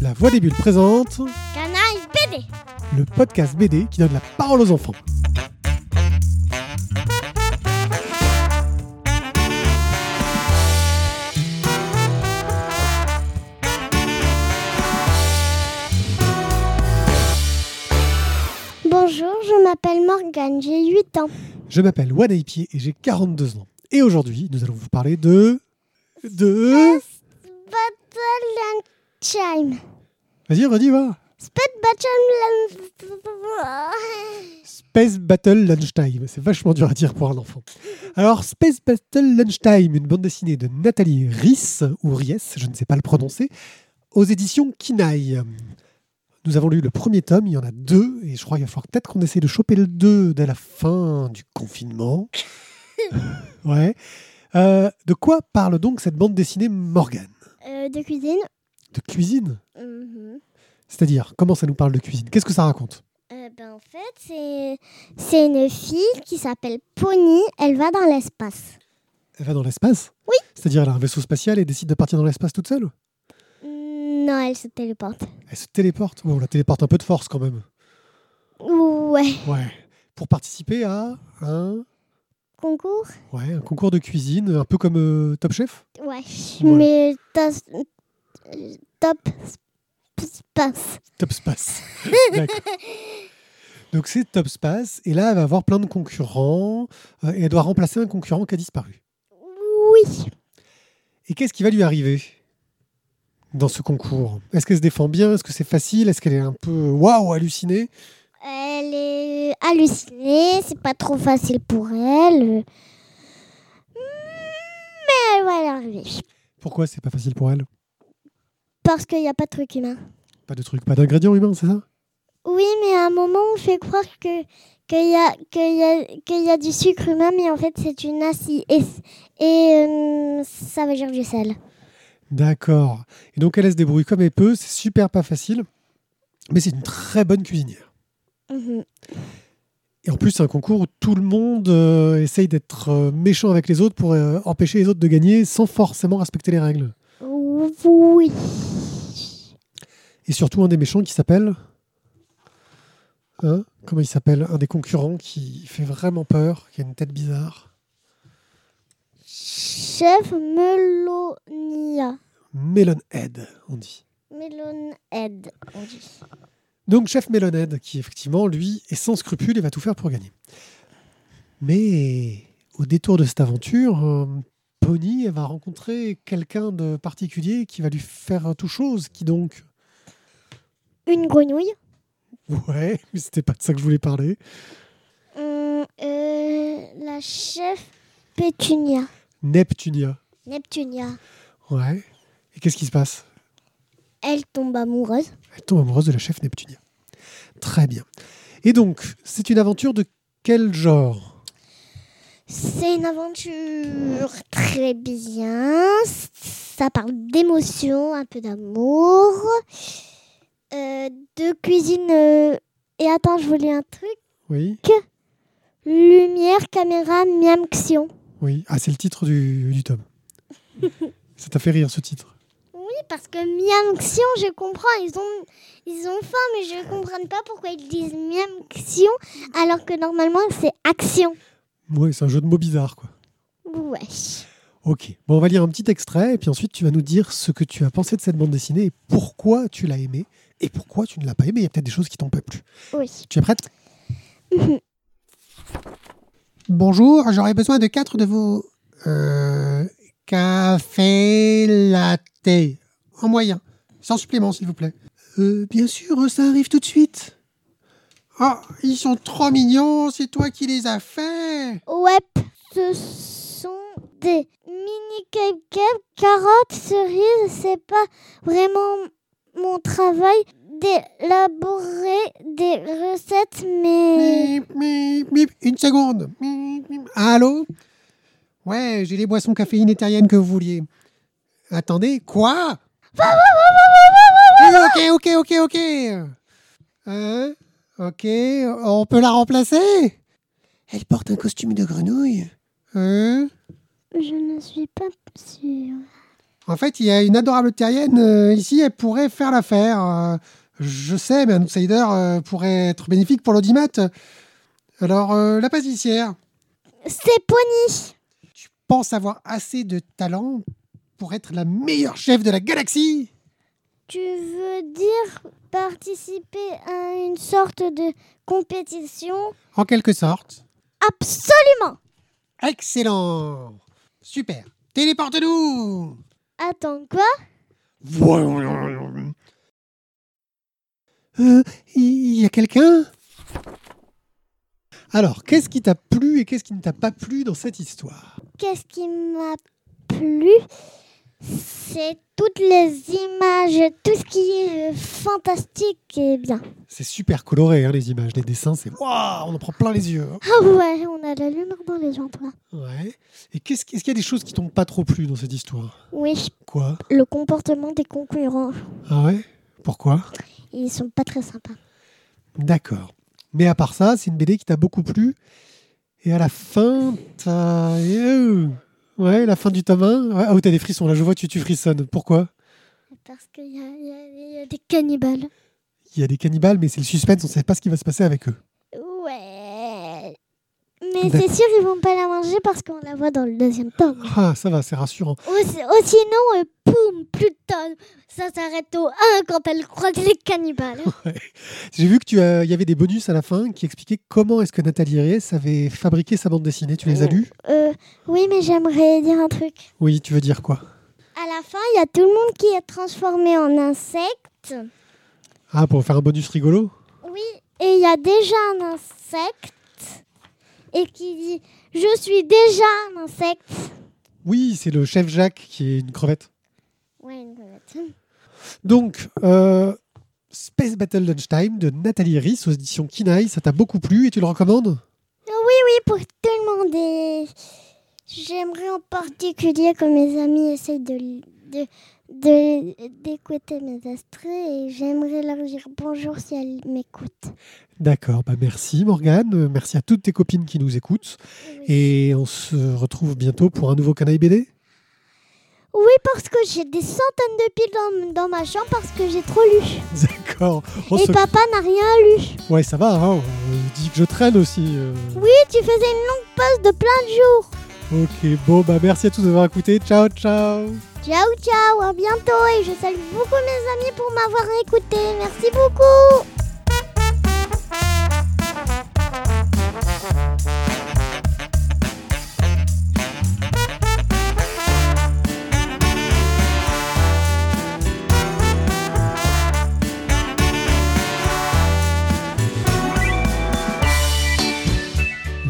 La Voix des Bulles présente Canaille BD. le podcast BD qui donne la parole aux enfants. Bonjour, je m'appelle Morgane, j'ai 8 ans. Je m'appelle Wanaipier et j'ai 42 ans. Et aujourd'hui, nous allons vous parler de... De... Battle and Chime. Vas-y, redis, va Spot Battle and... Space Battle Lunchtime. C'est vachement dur à dire pour un enfant. Alors, Space Battle Lunchtime, une bande dessinée de Nathalie Ries, ou Ries, je ne sais pas le prononcer, aux éditions Kinaï. Nous avons lu le premier tome, il y en a deux, et je crois qu'il va falloir peut-être qu'on essaie de choper le deux dès la fin du confinement. ouais. Euh, de quoi parle donc cette bande dessinée Morgane Euh, de cuisine. De cuisine C'est-à-dire, comment ça nous parle de cuisine Qu'est-ce que ça raconte Euh, ben, en fait, c'est c'est une fille qui s'appelle Pony. Elle va dans l'espace. Elle va dans l'espace Oui. C'est-à-dire, elle a un vaisseau spatial et décide de partir dans l'espace toute seule Non, elle se téléporte. Elle se téléporte Ouais, On la téléporte un peu de force quand même. Ouais. Ouais. Pour participer à un, Concours ouais, un concours de cuisine, un peu comme euh, Top Chef Ouais. Ouais. Mais t'as- top space. Top Space. D'accord. Donc c'est Top Space. Et là, elle va avoir plein de concurrents. euh, et elle doit remplacer un concurrent qui a disparu. Oui. Et qu'est-ce qui va lui arriver dans ce concours Est-ce qu'elle se défend bien Est-ce que c'est facile Est-ce qu'elle est un peu waouh, hallucinée Elle est hallucinée, c'est pas trop facile pour elle. Mais elle va y arriver. Pourquoi c'est pas facile pour elle Parce qu'il n'y a pas de truc humain. Pas de truc, pas d'ingrédients humains, c'est ça Oui, mais à un moment, on fait croire que qu'il y, a- qu'il y, a- qu'il y a du sucre humain, mais en fait, c'est une acide. Et, et euh, ça veut dire du sel. D'accord. Et donc elle, elle se débrouille comme elle peut, c'est super pas facile, mais c'est une très bonne cuisinière. Mhm. Et en plus, c'est un concours où tout le monde euh, essaye d'être euh, méchant avec les autres pour euh, empêcher les autres de gagner sans forcément respecter les règles. Oui. Et surtout un des méchants qui s'appelle... Hein Comment il s'appelle Un des concurrents qui fait vraiment peur, qui a une tête bizarre. Chef Melonia. Melonhead, on dit. Melonhead, on dit. Donc chef Melonhead, qui effectivement, lui, est sans scrupule et va tout faire pour gagner. Mais au détour de cette aventure, euh, Pony elle va rencontrer quelqu'un de particulier qui va lui faire tout chose, qui donc... Une grenouille. Ouais, mais c'était pas de ça que je voulais parler. Hum, euh, la chef Pétunia. Neptunia. Neptunia. Ouais. Et qu'est-ce qui se passe Elle tombe amoureuse. Elle tombe amoureuse de la chef Neptunia. Très bien. Et donc, c'est une aventure de quel genre C'est une aventure très bien. Ça parle d'émotion, un peu d'amour, euh, de cuisine. euh, Et attends, je voulais un truc. Oui Lumière, caméra, miamxion. Oui. Ah, c'est le titre du, du tome. ça t'a fait rire, ce titre Oui, parce que miamxion, je comprends. Ils ont, ils ont faim, mais je ne comprends pas pourquoi ils disent miamxion alors que normalement c'est action. Ouais, c'est un jeu de mots bizarre, quoi. Ouais. Ok. Bon, on va lire un petit extrait, et puis ensuite, tu vas nous dire ce que tu as pensé de cette bande dessinée, et pourquoi tu l'as aimée, et pourquoi tu ne l'as pas aimée. Il y a peut-être des choses qui t'ont pas plu. Oui. Tu es prête Bonjour, j'aurais besoin de quatre de vos... Euh, café latte. En moyen. Sans supplément, s'il vous plaît. Euh, bien sûr, ça arrive tout de suite. Ah, ils sont trop mignons, c'est toi qui les as faits Ouais, ce sont des mini cupcakes, carottes, cerises. C'est pas vraiment mon travail d'élaborer des recettes, mais Mip, mip, mip. Une seconde. Mip, mip. Allô Ouais, j'ai les boissons caféines italiennes que vous vouliez. Attendez, quoi Ok, ok, ok, ok. Hein Ok, on peut la remplacer Elle porte un costume de grenouille. Hein je ne suis pas sûre. En fait, il y a une adorable terrienne euh, ici, elle pourrait faire l'affaire. Euh, je sais, mais un outsider euh, pourrait être bénéfique pour l'audimat. Alors, euh, la pâtissière, C'est Pony. tu penses avoir assez de talent pour être la meilleure chef de la galaxie Tu veux dire participer à une sorte de compétition En quelque sorte. Absolument. Excellent Super Téléporte-nous Attends quoi Euh, Il y a quelqu'un Alors, qu'est-ce qui t'a plu et qu'est-ce qui ne t'a pas plu dans cette histoire Qu'est-ce qui m'a plu C'est toutes les images, tout ce qui est euh, fantastique et bien. C'est super coloré, hein, les images, les dessins, c'est waouh, on en prend plein les yeux. hein. Ah ouais, on a la lumière dans les jambes là. Ouais. Et qu'est-ce qui- est-ce qu'il y a des choses qui t'ont pas trop plu dans cette histoire Oui, Quoi le comportement des concurrents, Ah ouais Pourquoi ils sont pas très sympas. D'accord. Mais à part ça, c'est une BD qui t'a beaucoup plu. Et à la fin, t'as. Euh, Ouais, la fin du tome 1. Ouais, ah oui, t'as des frissons, là, je vois, tu, tu frissonnes. Pourquoi Parce qu'il y, a- il y a- il y a des cannibales. Il y a des cannibales, mais c'est le suspense, on sait pas ce qui va se passer avec eux. Ouais. Mais D'accord. c'est sûr, ils vont pas la manger parce qu'on la voit dans le deuxième tome. Ah, ça va, c'est rassurant. Ou, si- ou sinon, euh, poum, plus de tome. Ça s'arrête au 1 quand elle croise les cannibales. J'ai vu qu'il y avait des bonus à la fin qui expliquaient comment est-ce que Nathalie Reyes avait fabriqué sa bande dessinée. Tu les as lus Euh, oui, mais j'aimerais dire un truc. Oui, tu veux dire quoi À la fin, il y a tout le monde qui est transformé en insecte. Ah, pour faire un bonus rigolo Oui, et il y a déjà un insecte. Et qui dit Je suis déjà un insecte. Oui, c'est le chef Jacques qui est une crevette. Ouais, une crevette. Donc, euh, Space Battle Lunchtime de Nathalie Rhys aux éditions Kinaï, ça t'a beaucoup plu et tu le recommandes Oui, pour tout le monde. Et j'aimerais en particulier que mes amis essayent de de- de- d'écouter mes extraits et j'aimerais leur dire bonjour si elles m'écoutent. D'accord, bah merci Morgane, euh, merci à toutes tes copines qui nous écoutent et on se retrouve bientôt pour un nouveau Canaille BD. Oui, parce que j'ai des centaines de piles dans, dans ma chambre parce que j'ai trop lu. D'accord, on et se... papa n'a rien lu. Ouais, ça va, hein, on dit que je traîne aussi. euh. Oui, tu faisais une longue pause de plein de jours. Ok, bon, bah merci à tous d'avoir écouté, ciao, ciao Ciao, ciao, à bientôt et je salue beaucoup mes amis pour m'avoir écouté. Merci beaucoup.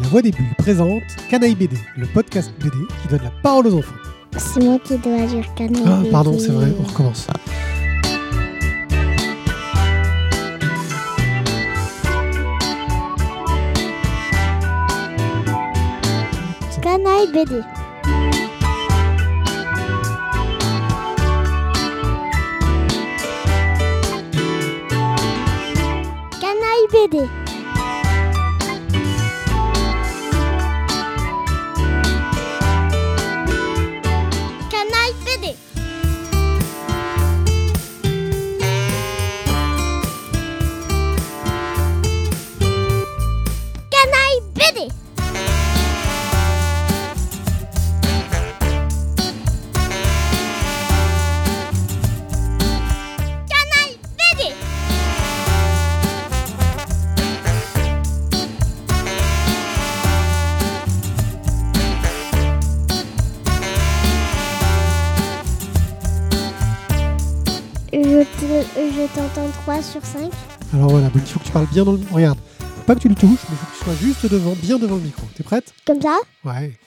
La Voix des Bulles présente Canaille BD, le podcast BD qui donne la parole aux enfants. C'est moi qui dois dire canard. Ah, pardon, c'est vrai, on recommence. Canaille BD. Canaille BD. Canaille BD. Canaille BD. Canaille BD. Je te- je t'entends 3 sur 5. Alors voilà, donc il faut que tu parles bien dans le. Regarde, faut pas que tu le touches, mais il faut que tu sois juste devant, bien devant le micro. T'es prête Comme ça Ouais.